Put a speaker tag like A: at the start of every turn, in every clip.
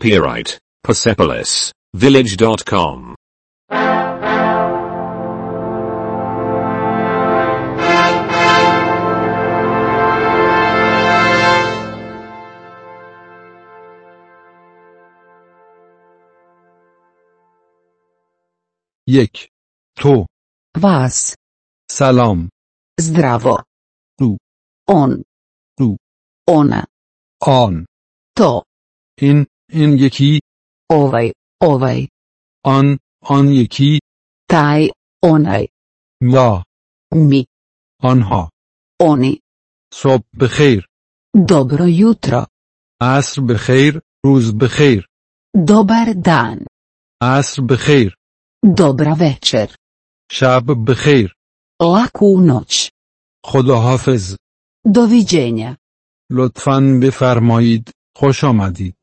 A: Copyright Persepolis Village.com.
B: یک تو
C: Vas.
B: سلام
C: Zdravo.
B: Tu.
C: On.
B: Tu.
C: Ona.
B: آن
C: To.
B: این این یکی
C: Ovaj. Ovaj.
B: آن آن یکی
C: Taj. Onaj.
B: ما
C: Mi.
B: آنها
C: Oni.
B: صبح بخیر
C: Dobro jutro.
B: عصر بخیر روز بخیر
C: Dobar dan.
B: عصر بخیر
C: Dobra večer.
B: شب بخیر
C: Laku noć.
B: خداحافظ
C: Doviđenja.
B: لطفاً بفرمایید خوش آمدید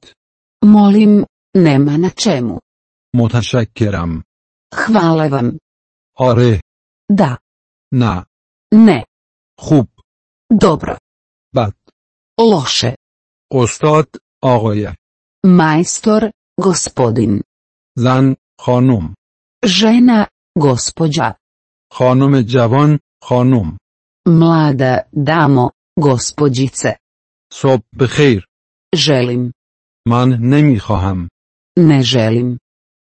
C: Molim. Nema na čemu.
B: متشکرم
C: Hvala vam.
B: آره
C: Da.
B: نه
C: Ne.
B: خوب
C: Dobro.
B: بد
C: Loše.
B: استاد آقای
C: Majstor. Gospodin.
B: زن خانم
C: Žena. Gospođa.
B: خانم جوان خانم
C: Mlada damo. Gospođice.
B: صبح بخیر
C: Želim.
B: من نمیخواهم
C: Ne želim.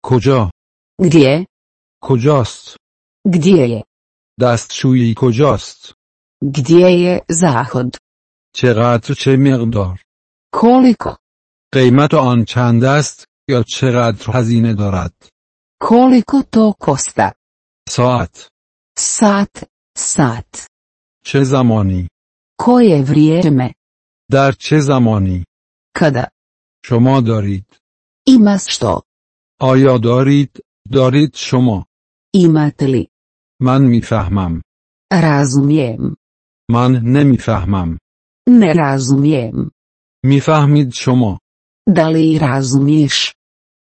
B: کجا
C: Gdje?
B: کجاست
C: Gdje je?
B: دستشویی کجاست
C: Gdje je zahod?
B: چقدر و چه مقدار
C: Koliko?
B: قیمت آن چند است یا چقدر هزینه دارد
C: Koliko to kosta?
B: ساعت
C: Sat, sat.
B: چه زمانی
C: Koje vrijeme?
B: در چه زمانی
C: Kada?
B: شما دارید
C: Ima što?
B: آیا دارید دارید شما
C: Imate li?
B: من میفهمم
C: Razumijem.
B: من نمیفهمم
C: Ne razumijem.
B: میفهمید شما
C: Da li razumiješ?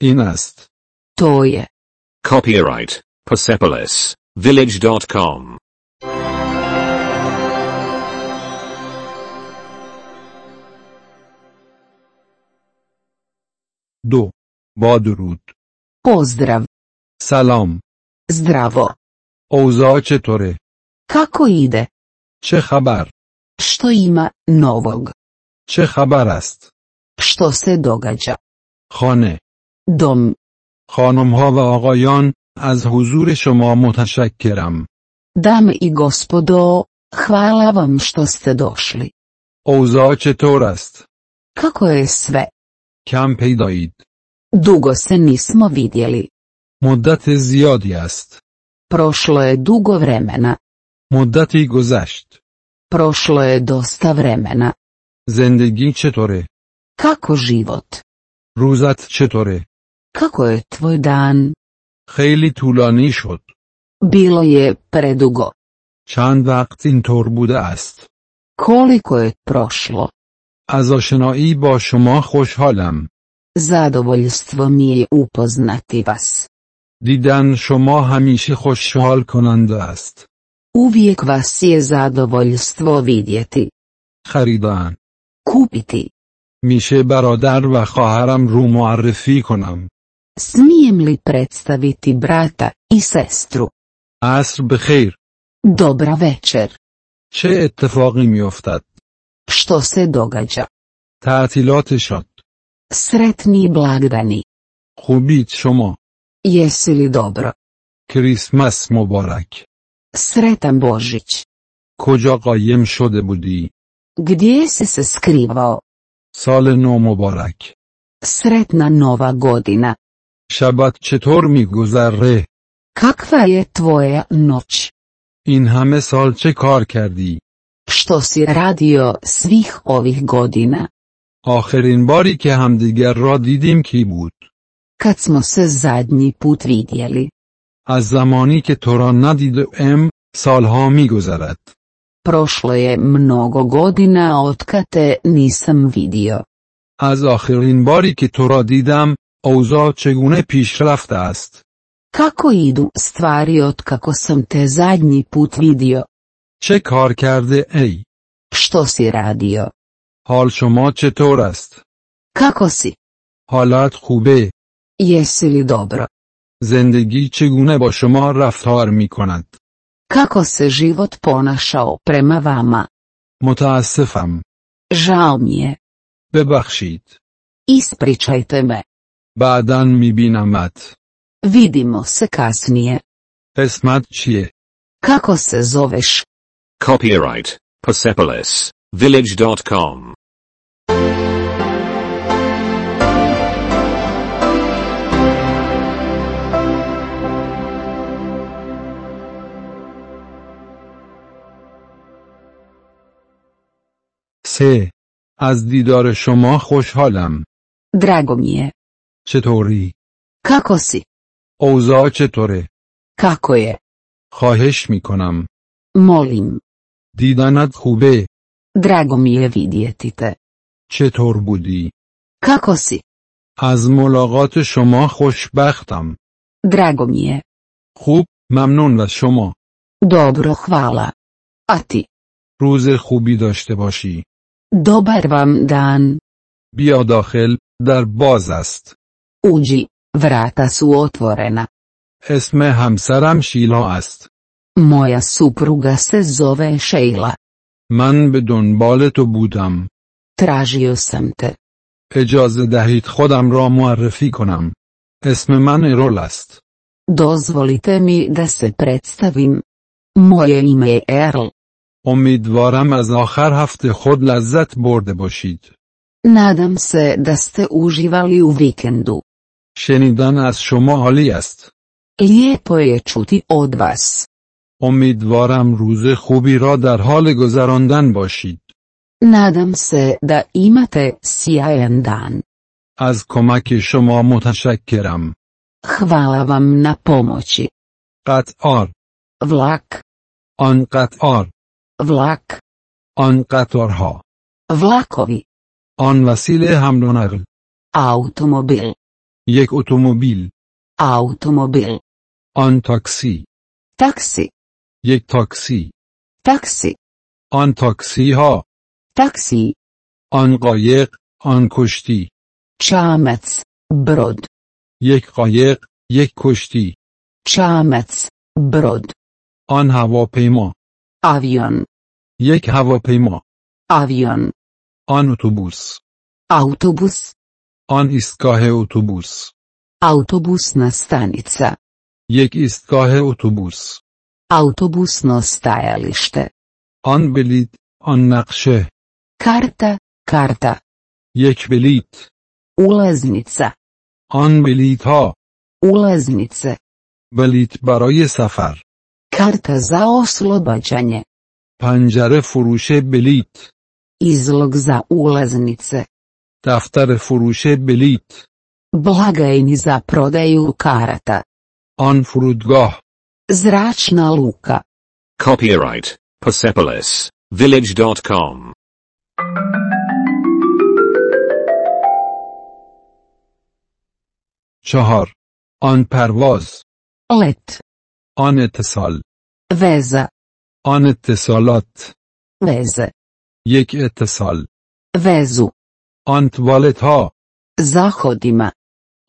B: این است
C: To je.
A: Copyright Persepolis Village.com.
B: دو با درود
C: Pozdrav.
B: سلام
C: Zdravo.
B: اوضاع چطوره
C: Kako ide?
B: چه خبر
C: Što ima novog?
B: چه خبر است
C: Što se događa?
B: خانه
C: Dom.
B: خانم ها و آقایان از حضور شما متشکرم
C: Dame i gospodo, hvala vam što ste došli.
B: اوضاع چطور است
C: Kako je sve?
B: کم پیدایید
C: Dugo se nismo vidjeli.
B: مدت زیادی است
C: Prošlo je dugo vremena.
B: مدتی گذشت
C: Prošlo je dosta vremena.
B: زندگی چطوره
C: Kako život?
B: روزت چطوره
C: Kako je tvoj dan?
B: خیلی طولانی شد
C: Bilo je predugo.
B: چند وقت اینطور بوده است
C: Koliko je prošlo?
B: از آشنایی با شما خوشحالم
C: Zadovoljstvo mi je upoznati vas.
B: دیدن شما همیشه خوشحال کننده است
C: Uvijek vas je zadovoljstvo vidjeti.
B: خریدن
C: Kupiti.
B: میشه برادر و خواهرم رو معرفی کنم
C: Smijem li predstaviti brata i sestru?
B: عصر بخیر
C: Dobra večer.
B: چه اتفاقی میافتد
C: Što se događa?
B: تعطیلاتشان
C: Sretni blagdani.
B: خوبید شما
C: Jesi li dobro?
B: کریسمس مبارک
C: Sretan Božić.
B: کجا قایم شده بودی
C: Gdje si se skrivao?
B: سال نو مبارک
C: Sretna nova godina.
B: شبت چطور میگذره
C: Kakva je tvoja noć?
B: این همه سال چه کار کردی
C: Što si radio svih ovih godina?
B: آخرین باری که همدیگر را دیدیم کی بود
C: Kad smo se zadnji put vidjeli?
B: از زمانی که تو را ندیده ام سالها میگذرد
C: Prošlo je mnogo godina otkad te nisam vidio.
B: از آخرین باری که تو را دیدم اوضاع چگونه پیش رفته است
C: Kako idu stvari otkako sam te zadnji put vidio?
B: چه کار کرده ای
C: Što si radio?
B: حال شما چطور است
C: Kako si?
B: حالت خوبه؟
C: Jesi li dobro?
B: زندگی چگونه با شما رفتار می کند؟
C: Kako se život ponašao prema vama?
B: متاسفم.
C: Žao mi je.
B: ببخشید.
C: Ispričajte me.
B: بعدا می بینمت.
C: Vidimo se kasnije.
B: اسمت چیه؟
C: Kako se zoveš?
A: Copyright Persepolis Village.com.
B: سه. از دیدار شما خوشحالم.
C: Drago mi je.
B: چطوری؟
C: Kako si?
B: اوضاع چطوره؟
C: Kako je?
B: خواهش می کنم.
C: Molim.
B: دیدنت خوبه؟
C: Drago mi je vidjeti te.
B: چطور بودی؟
C: Kako si?
B: از ملاقات شما خوشبختم.
C: Drago mi je.
B: خوب، ممنون و شما.
C: Dobro hvala. A ti?
B: روز خوبی داشته باشی.
C: Dobar vam dan.
B: بیا داخل، در باز است.
C: Uđi. Vrata su otvorena.
B: اسم همسرم شیلا است.
C: Moja supruga se zove Sheila.
B: من به دنبال تو بودم.
C: Tražio sam te.
B: اجازه دهید خودم را معرفی کنم. اسم من ارول است.
C: Dozvolite mi da se predstavim. Moje ime je Erl.
B: امیدوارم از آخر هفته خود لذت برده باشید.
C: Nadam se da ste uživali u vikendu.
B: شنیدن از شما عالی است.
C: Lijepo je čuti od vas.
B: امیدوارم روز خوبی را در حال گذراندن باشید.
C: Nadam se da imate sjajan dan.
B: از کمک شما متشکرم.
C: Hvala vam na pomoći.
B: قطار،
C: Vlak,
B: آن قطار،
C: vlak,
B: آن قطارها،
C: vlakovi,
B: آن وسیله حمل و نقل،
C: automobil,
B: یک اتومبیل،
C: automobil,
B: آن تاکسی،
C: taksi,
B: یک تاکسی،
C: taksi,
B: آن تاکسی ها،
C: taksi,
B: آن قایق، آن کشتی،
C: čamac, brod,
B: یک قایق، یک کشتی،
C: čamac, brod,
B: آن هواپیما،
C: avion,
B: یک هواپیما،
C: avion,
B: آن اتوبوس،
C: autobus,
B: آن ایستگاه اتوبوس،
C: autobusna stanica.
B: یک ایستگاه اتوبوس،
C: Autobusno stajalište.
B: آن بلیت، آن نقشه،
C: Karta, karta.
B: یک بلیت،
C: Ulaznica,
B: آن بلیت ها،
C: ulaznice.
B: بلیت برای سفر،
C: Karta za oslobađanje.
B: پنجره فروش بلیت،
C: Izlog za ulaznice.
B: دفتر فروش بلیت،
C: Blagajni za prodaju karata.
B: آن فرودگاه،
C: Zračna luka.
A: Copyright Persepolis Village.com.
B: چهار، آن پرواز،
C: Let.
B: آن اتصال،
C: Veza.
B: آن اتصالات،
C: Veze.
B: یک اتصال،
C: Vezu.
B: آن توالت ها،
C: Zahodima.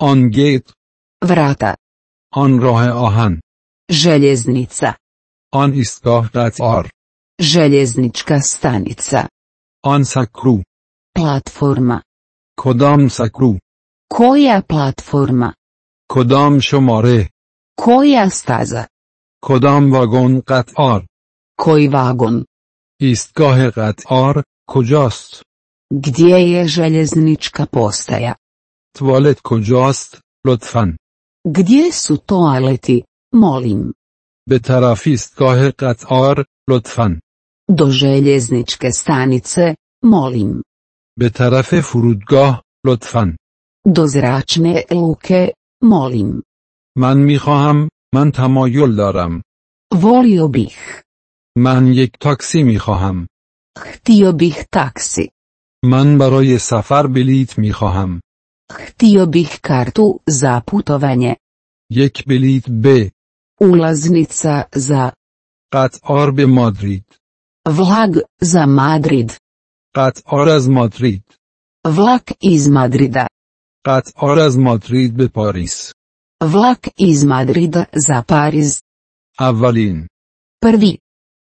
B: آن گیت،
C: Vrata.
B: آن راه آهن،
C: Željeznica.
B: آن ایستگاه قطار،
C: Željeznička stanica.
B: آن سکرو،
C: Platforma.
B: کدام سکرو،
C: Koja platforma?
B: کدام شماره،
C: Koja staza?
B: کدام واگن قطار،
C: Koji vagon?
B: ایستگاه قطار، کجاست،
C: Gdje je željeznička postaja?
B: توالت کجاست، لطفاً،
C: Gdje su toaleti, molim?
B: به طرف ایستگاه قطار، لطفاً،
C: Do željezničke stanice, molim.
B: به طرف فرودگاه، لطفاً،
C: Do zračne luke, molim.
B: من میخواهم، من تمایل دارم،
C: Volio bih.
B: من یک تاکسی میخواهم،
C: Htio bih taksi.
B: من برای سفر بلیت میخواهم،
C: Htio bih kartu za putovanje.
B: یک بلیت به
C: Ulaznica za
B: قطار به مادرید،
C: vlag za Madrid.
B: قطار از مادرید،
C: Vlak iz Madrida.
B: قطار از مادرید به پاریس
C: Vlak iz Madrida za Pariz.
B: اولین
C: Prvi.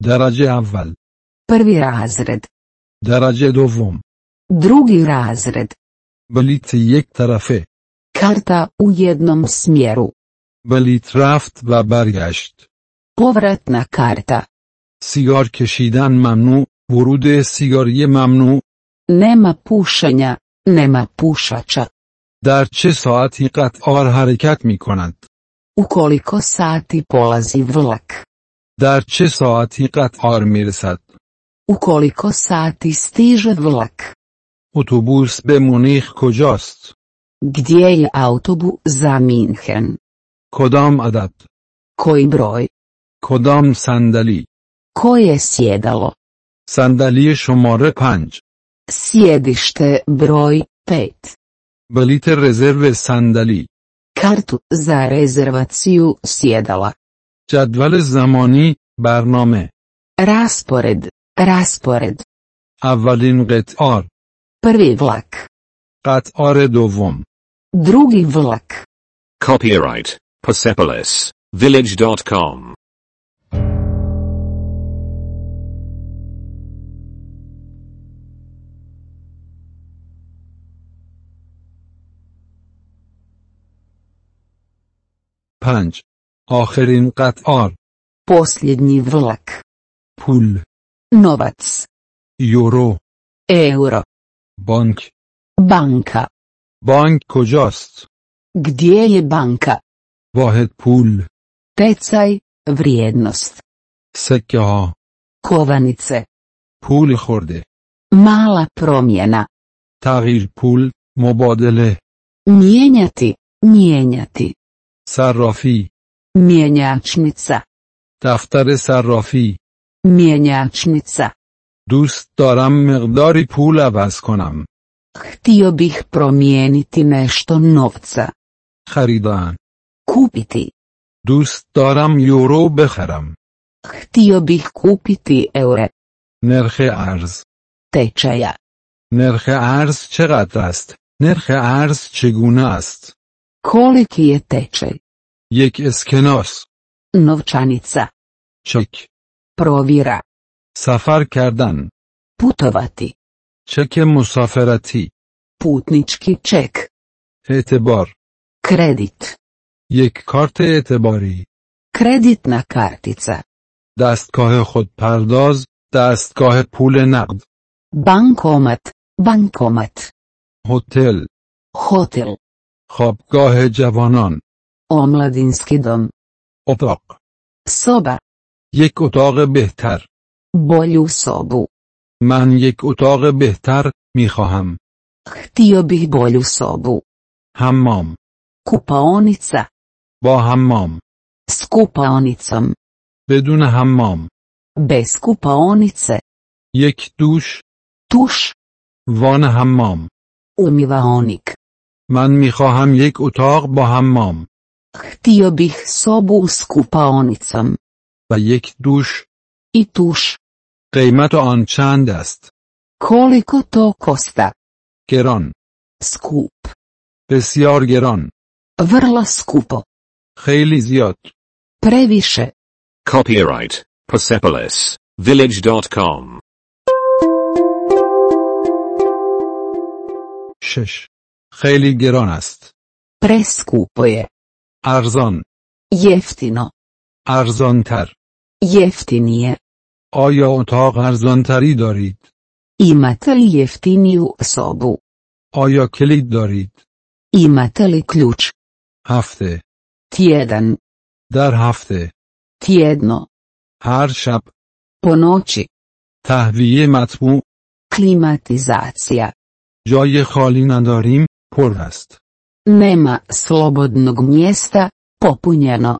B: درجه اول
C: Prvi razred.
B: درجه دوم
C: Drugi razred.
B: بلیت یک طرفه
C: Karta u jednom smjeru.
B: بلیت رفت و برگشت
C: Povratna karta.
B: سیگار کشیدن ممنوع ورود سیگاری ممنوع
C: Nema pušenja, nema pušača.
B: در چه ساعتی قطار حرکت می کند
C: U koliko sati polazi vlak?
B: در چه ساعتی قطار می رسد
C: U koliko sati stiže vlak?
B: اتوبوس به مونیخ کجاست
C: Gdje je autobus za Minhen?
B: کدام عدد
C: Koji broj?
B: کدام صندلی
C: Koje sjedalo?
B: صندلی شماره پنج
C: Sjedište broj 5.
B: بلیت رزرو صندلی
C: Kartu za rezervaciju sjedala.
B: جدول زمانی برنامه
C: Raspored, raspored.
B: اولین قطار
C: Prvi vlak.
B: قطار دوم
C: Drugi vlak.
A: Copyright Persepolis Village.com.
B: پنج آخرین قطار
C: Posljednji vlak.
B: پول
C: Novac.
B: یورو
C: Euro.
B: بانک
C: Banka.
B: بانک کجاست
C: Gdje je banka?
B: واحد پول
C: Tecaj, vrijednost.
B: سکه ها
C: Kovanice.
B: پول خورده
C: Mala promjena.
B: تغییر پول مبادله
C: Mijenjati, mijenjati.
B: صرافی
C: Mijenjačnica.
B: دفتر صرافی
C: Mijenjačnica.
B: دوست دارم مقداری پول عوض کنم
C: Htio bih promijeniti nešto novca.
B: خریدن
C: Kupiti.
B: دوست دارم یورو بخرم
C: Htio bih kupiti eure.
B: نرخ ارز
C: Tečaja.
B: نرخ ارز چقدر است نرخ ارز چگونه است
C: Koliki je tečaj?
B: یک اسکناس
C: Novčanica.
B: چک
C: Provjera.
B: سفر کردن
C: Putovati.
B: چک مسافرتی
C: Putnički ček.
B: اعتبار
C: Kredit.
B: یک کارت اعتباری
C: Kreditna kartica.
B: دستگاه خودپرداز دستگاه پول نقد
C: Bankomat. Bankomat.
B: هتل
C: Hotel.
B: خوابگاه جوانان
C: Omladinski dom.
B: اتاق
C: Soba.
B: یک اتاق بهتر
C: Bolju sobu.
B: من یک اتاق بهتر می خواهم
C: Htio bih bolju sobu.
B: حمام
C: Kupaonica.
B: با حمام
C: S kupaonicom.
B: بدون حمام
C: Bez kupaonice.
B: یک دوش
C: Tuš.
B: وان حمام
C: Umivaonik.
B: من می خواهم یک اتاق با حمام
C: Htio bih sobu s kupaonicom.
B: و یک دوش
C: I tuš.
B: قیمت آن چند است
C: Koliko to kosta?
B: گران
C: Skup.
B: بسیار گران
C: Vrlo skupo.
B: خیلی زیاد
C: Previše.
A: Copyright Persepolis Village.com.
B: شش خیلی گران است
C: Preskupo je.
B: ارزان
C: Jeftino.
B: ارزانتر
C: Jeftinije.
B: آیا اتاق ارزانتری دارید
C: Imate li jeftiniju sobu?
B: آیا کلید دارید
C: Imate li ključ?
B: هفته
C: Tjedan.
B: در هفته
C: Tjedno.
B: هر شب
C: Po noći.
B: تهویه مطبوع
C: Klimatizacija.
B: جای خالی نداریم پر است
C: Nema slobodnog mjesta, popunjeno.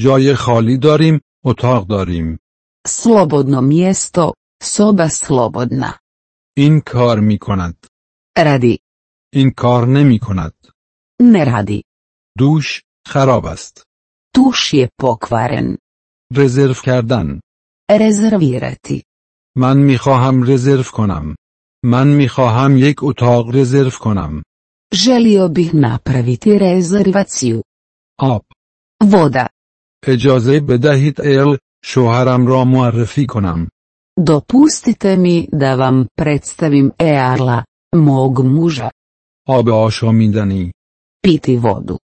B: جای خالی داریم اتاق داریم
C: Slobodno mjesto, soba slobodna.
B: این کار می کند
C: Radi.
B: این کار نمی کند
C: Ne radi.
B: دوش خراب است
C: Tuš je pokvaren.
B: رزرو کردن
C: Rezervirati.
B: من می خواهم رزرو کنم من می خواهم یک اتاق رزرو کنم
C: Želio bih napraviti rezervaciju.
B: آب
C: Voda.
B: اجازه بدهید ال شوهرم را معرفی کنم
C: Dopustite mi da vam predstavim Earla, mog muža.
B: آب آشامیدنی
C: Piti vodu.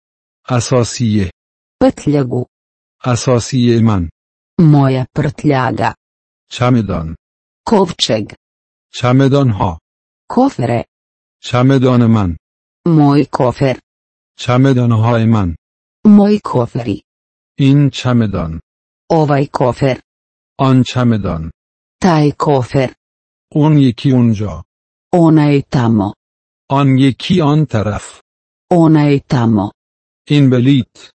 B: اساسیه
C: Prtljagu.
B: اساسی من
C: Moja prtljaga.
B: چمدان
C: Kovčeg.
B: چمدان ها
C: Kofere.
B: چمدان من
C: Moj kofer.
B: چمدان های من
C: Moji koferi.
B: این چمدان
C: Ovaj kofer.
B: آن چمدان
C: Taj kofer.
B: اون یکی اونجا
C: Onaj tamo.
B: آن یکی آن طرف
C: Onaj tamo.
B: این بلیت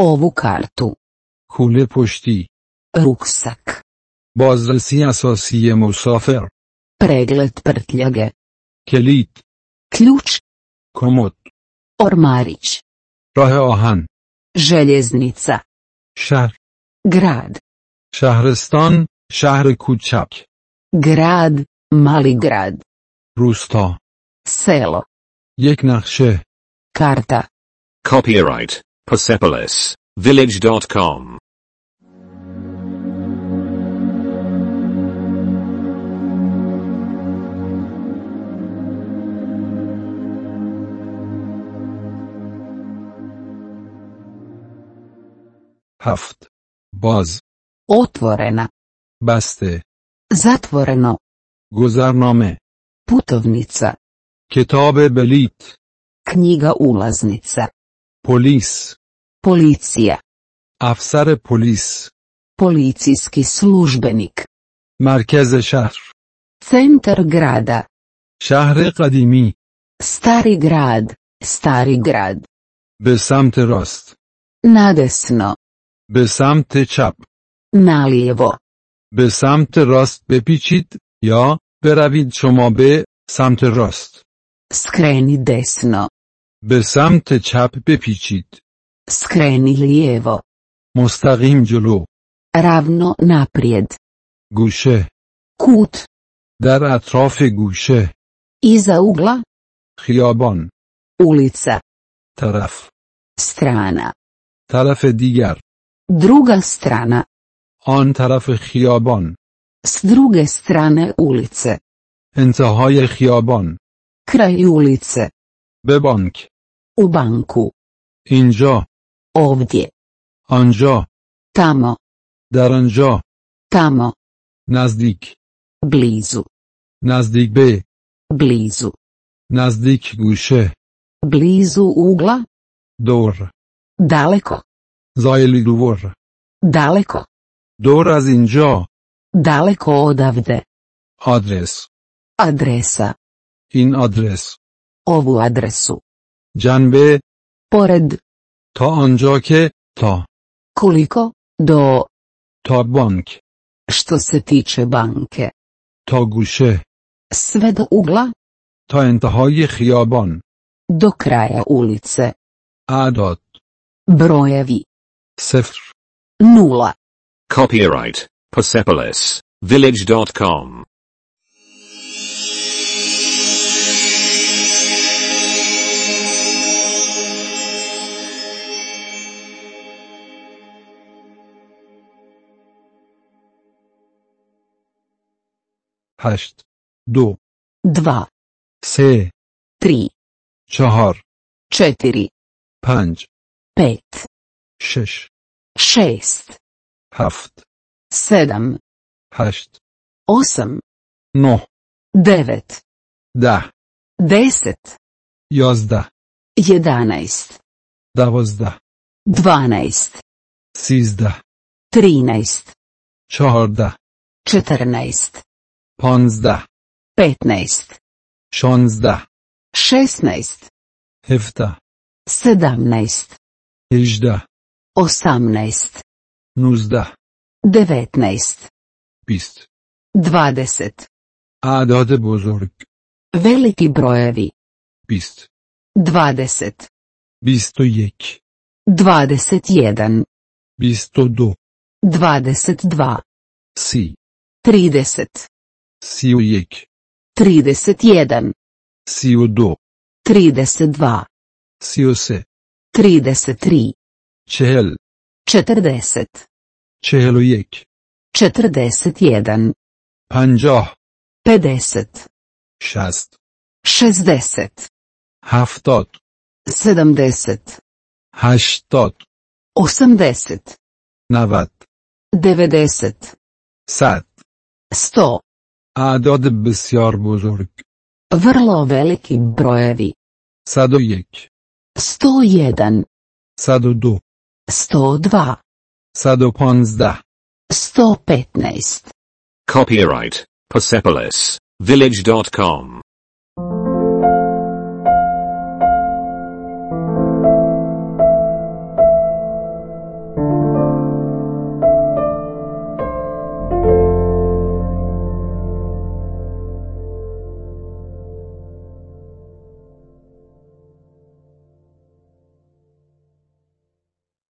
C: Ovu kartu.
B: کوله پشتی
C: Ruksak.
B: بازرسی اساسی مسافر
C: Pregled prtljage.
B: کلید
C: Ključ.
B: کمد
C: Ormarić.
B: راه آهن
C: Željeznica.
B: شهر
C: Grad.
B: شهرستان شهر کوچک
C: Grad. Mali grad.
B: روستا
C: Selo.
B: یک نقشه
C: Karta.
A: Copyright Persepolis Village.com.
B: هفت باز
C: Otvorena.
B: بسته
C: Zatvoreno.
B: گذرنامه
C: Putovnica.
B: کتاب بلیت
C: Knjiga ulaznica.
B: پلیس
C: Policija.
B: افسر پلیس
C: Policijski službenik.
B: مرکز شهر
C: Centar grada.
B: شهر قدیمی
C: Stari grad. Stari grad.
B: به سمت راست
C: Nadesno.
B: به سمت چپ
C: Nalijevo.
B: به سمت راست بپیچید یا بروید شما به سمت راست
C: Skreni desno.
B: به سمت چپ بپیچید
C: Skreni lijevo.
B: مستقیم جلو
C: Ravno naprijed.
B: گوشه
C: Kut.
B: در اطراف گوشه
C: Iza ugla.
B: خیابان
C: Ulica.
B: طرف
C: Strana.
B: طرف دیگر
C: Druga strana.
B: آن طرف خیابان
C: S druge strane ulice.
B: انتهای خیابان
C: Kraj ulice.
B: به بانک
C: U banku.
B: اینجا
C: Ovdje.
B: آنجا
C: Tamo.
B: در آنجا
C: Tamo.
B: نزدیک
C: Blizu.
B: نزدیک به
C: Blizu.
B: نزدیک گوشه
C: Blizu ugla.
B: دور
C: Daleko.
B: زایلی دور
C: Daleko.
B: دور از اینجا
C: Daleko odavde.
B: آدرس
C: Adresa.
B: این آدرس
C: Ovu adresu.
B: جنبه
C: Pored.
B: تا آنجا که تا
C: Koliko? Do.
B: تا بانک
C: Što se tiče banke.
B: تا گوشه
C: Sve do ugla.
B: تا انتهای خیابان
C: Do kraja ulice.
B: اعداد
C: Brojevi.
B: صفر
C: Nula.
A: Copyright Persepolis Village.com.
B: هشت دو
C: Dva.
B: سه
C: Tri.
B: چهار
C: Četiri.
B: پنج
C: Pet.
B: شش
C: Šest.
B: هفت
C: Sedam.
B: هشت
C: Osam.
B: نه
C: Devet.
B: ده
C: Deset.
B: یازده
C: jedanaest,
B: دوازده
C: dvanaest,
B: سیزده
C: trinaest,
B: چهارده
C: četrnaest,
B: پانزده
C: petnaest,
B: شانزده
C: šesnaest,
B: هفته
C: sedamnaest,
B: هجده
C: osamnaest,
B: نوزده
C: devetnaest,
B: بیست
C: dvadeset,
B: اعداد بزرگ
C: veliki brojevi,
B: بیست
C: dvadeset,
B: بیست و یک
C: dvadeset jedan,
B: بیست و دو
C: dvadeset dva,
B: سی
C: trideset,
B: سی و یک
C: trideset jedan,
B: سی و دو
C: 32,
B: سی و سه
C: 33,
B: چهل
C: 40,
B: چهل و یک
C: 41,
B: پنجاه
C: 50,
B: شست
C: 60,
B: هفتاد
C: 70,
B: هشتاد
C: 80,
B: نود
C: 90,
B: صد
C: 100.
B: اعداد بسیار بزرگ
C: Vrlo veliki brojevi.
B: صد و یک
C: 101,
B: صد و دو
C: 102,
B: صد و پانزده
C: 115.
A: Copyright Persepolis Village.com.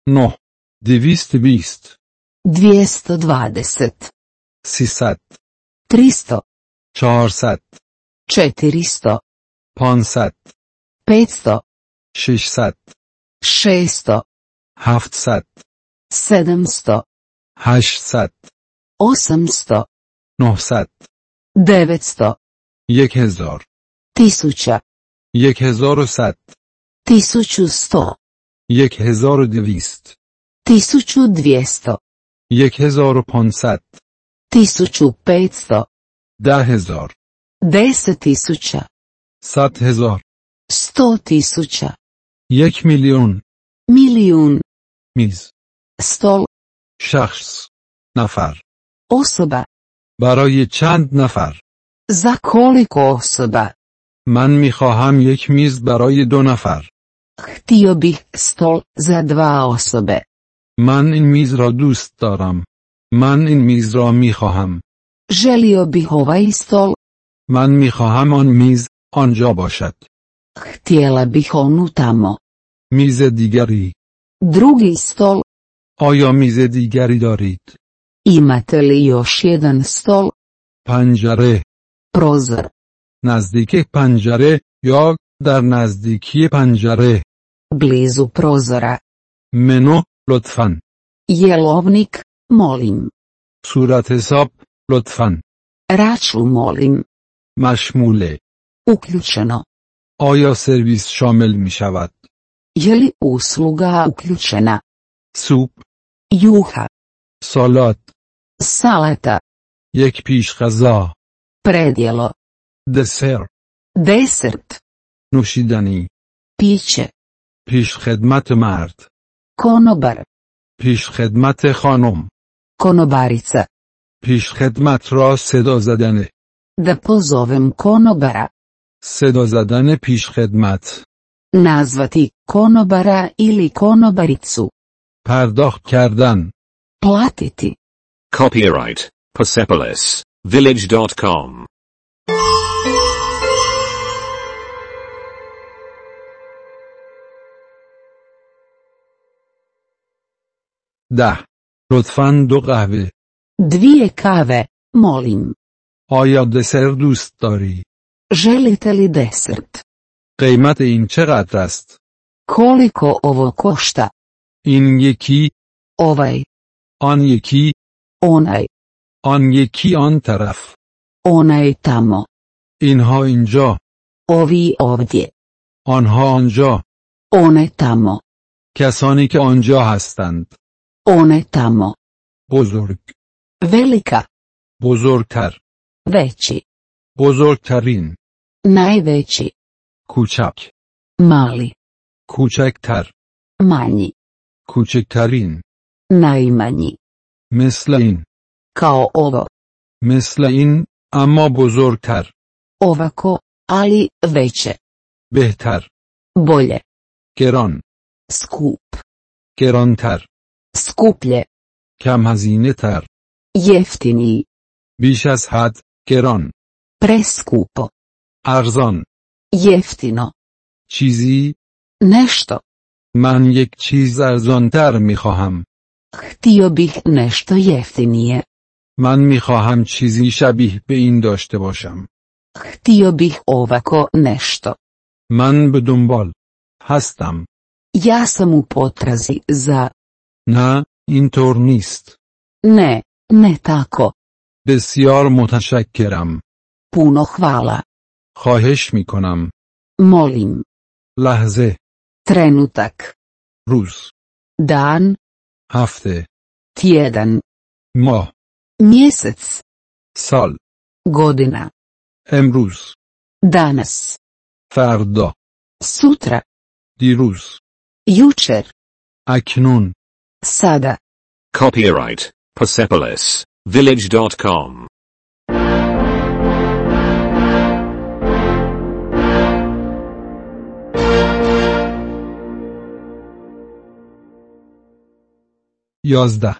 B: نه دویست بیست
C: 220,
B: سیصد
C: 300,
B: چهارصد
C: 400,
B: پانصد
C: 500,
B: ششصد
C: 600,
B: هفتصد
C: 700,
B: هشتصد
C: 800,
B: نهصد
C: 900,
B: یک هزار
C: 1000,
B: یک هزار و صد
C: 1100,
B: یک هزار و دویست
C: 1200,
B: یک هزار و پانصد
C: 1500,
B: ده هزار
C: 10000,
B: صد هزار
C: 100000,
B: یک میلیون
C: milijun,
B: میز
C: stol,
B: شخص نفر
C: osoba,
B: برای چند نفر
C: za koliko osoba?
B: من میخواهم یک میز برای دو نفر
C: Htio bih stol za dva osobe.
B: من این میز را دوست دارم من این میز را میخواهم
C: Želio bih ovaj stol,
B: من میخواهم آن میز آنجا باشد
C: htjela bih onu tamo.
B: میز دیگری
C: Drugi stol,
B: آیا میز دیگری دارید
C: imate li još jedan stol,
B: پنجره
C: prozor,
B: نزدیک پنجره یا در نزدیکی پنجره
C: blizu prozora,
B: منو لطفا
C: jelovnik, molim,
B: صورت حساب لطفا
C: račun molim,
B: مشموله
C: uključeno,
B: آیا سرویس شامل می شود
C: je li usluga uključena,
B: سوپ
C: juha,
B: سالاد
C: salata,
B: یک پیش غذا
C: predjelo,
B: دسر
C: desert,
B: نوشیدنی
C: piće,
B: پیش خدمت مرد
C: konobar,
B: پیش خدمت خانم
C: konobarica,
B: پیش خدمت را صدا زدن
C: da pozovem konobara,
B: صدا زدن پیش خدمت
C: nazvati konobara ili konobaricu,
B: پرداخت کردن
C: platiti.
A: Copyright Persepolis Village.com.
B: ده لطفا دو قهوه
C: Dvije kave, molim.
B: آیا دسر دوست داری؟
C: Želite li desert?
B: قیمت این چقدر است؟
C: Koliko ovo košta?
B: این یکی،
C: Ovaj,
B: آن یکی،
C: onaj,
B: آن یکی آن طرف.
C: onaj tamo,
B: اینها اینجا،
C: ovi ovdje,
B: آنها آنجا.
C: one tamo,
B: کسانی که آنجا هستند.
C: one tamo.
B: بزرگ،
C: Velika,
B: بزرگتر،
C: veći,
B: بزرگترین،
C: najveći,
B: کوچک،
C: mali,
B: کوچکتر،
C: manji,
B: کوچکترین،
C: najmanji,
B: مثل این،
C: kao ovo,
B: مثل این، اما بزرگتر،
C: ovako, ali veće,
B: بهتر،
C: bolje,
B: گران،
C: skup,
B: گرانتر،
C: skuplje,
B: کم هزینه تر،
C: jeftiniji,
B: بیش از حد، گران،
C: preskupo,
B: ارزان،
C: jeftino,
B: چیزی،
C: nešto.
B: من یک چیز ارزانتر می خواهم.
C: Htio bih nešto jeftinije.
B: من می خواهم چیزی شبیه به این داشته باشم.
C: Htio bih ovako nešto.
B: من به دنبال هستم
C: Ja sam u potrazi za,
B: نه اینطور نیست
C: ne, ne tako,
B: بسیار متشکرم
C: puno hvala,
B: خواهش می کنم
C: molim,
B: لحظه
C: trenutak,
B: روز
C: dan,
B: هفته
C: tjedan,
B: ماه
C: mjesec,
B: سال
C: godina,
B: امروز
C: danas,
B: فردا
C: sutra,
B: دیروز
C: jučer,
B: اکنون
C: sada.
A: Copyright Persepolis Village.com.
B: یازده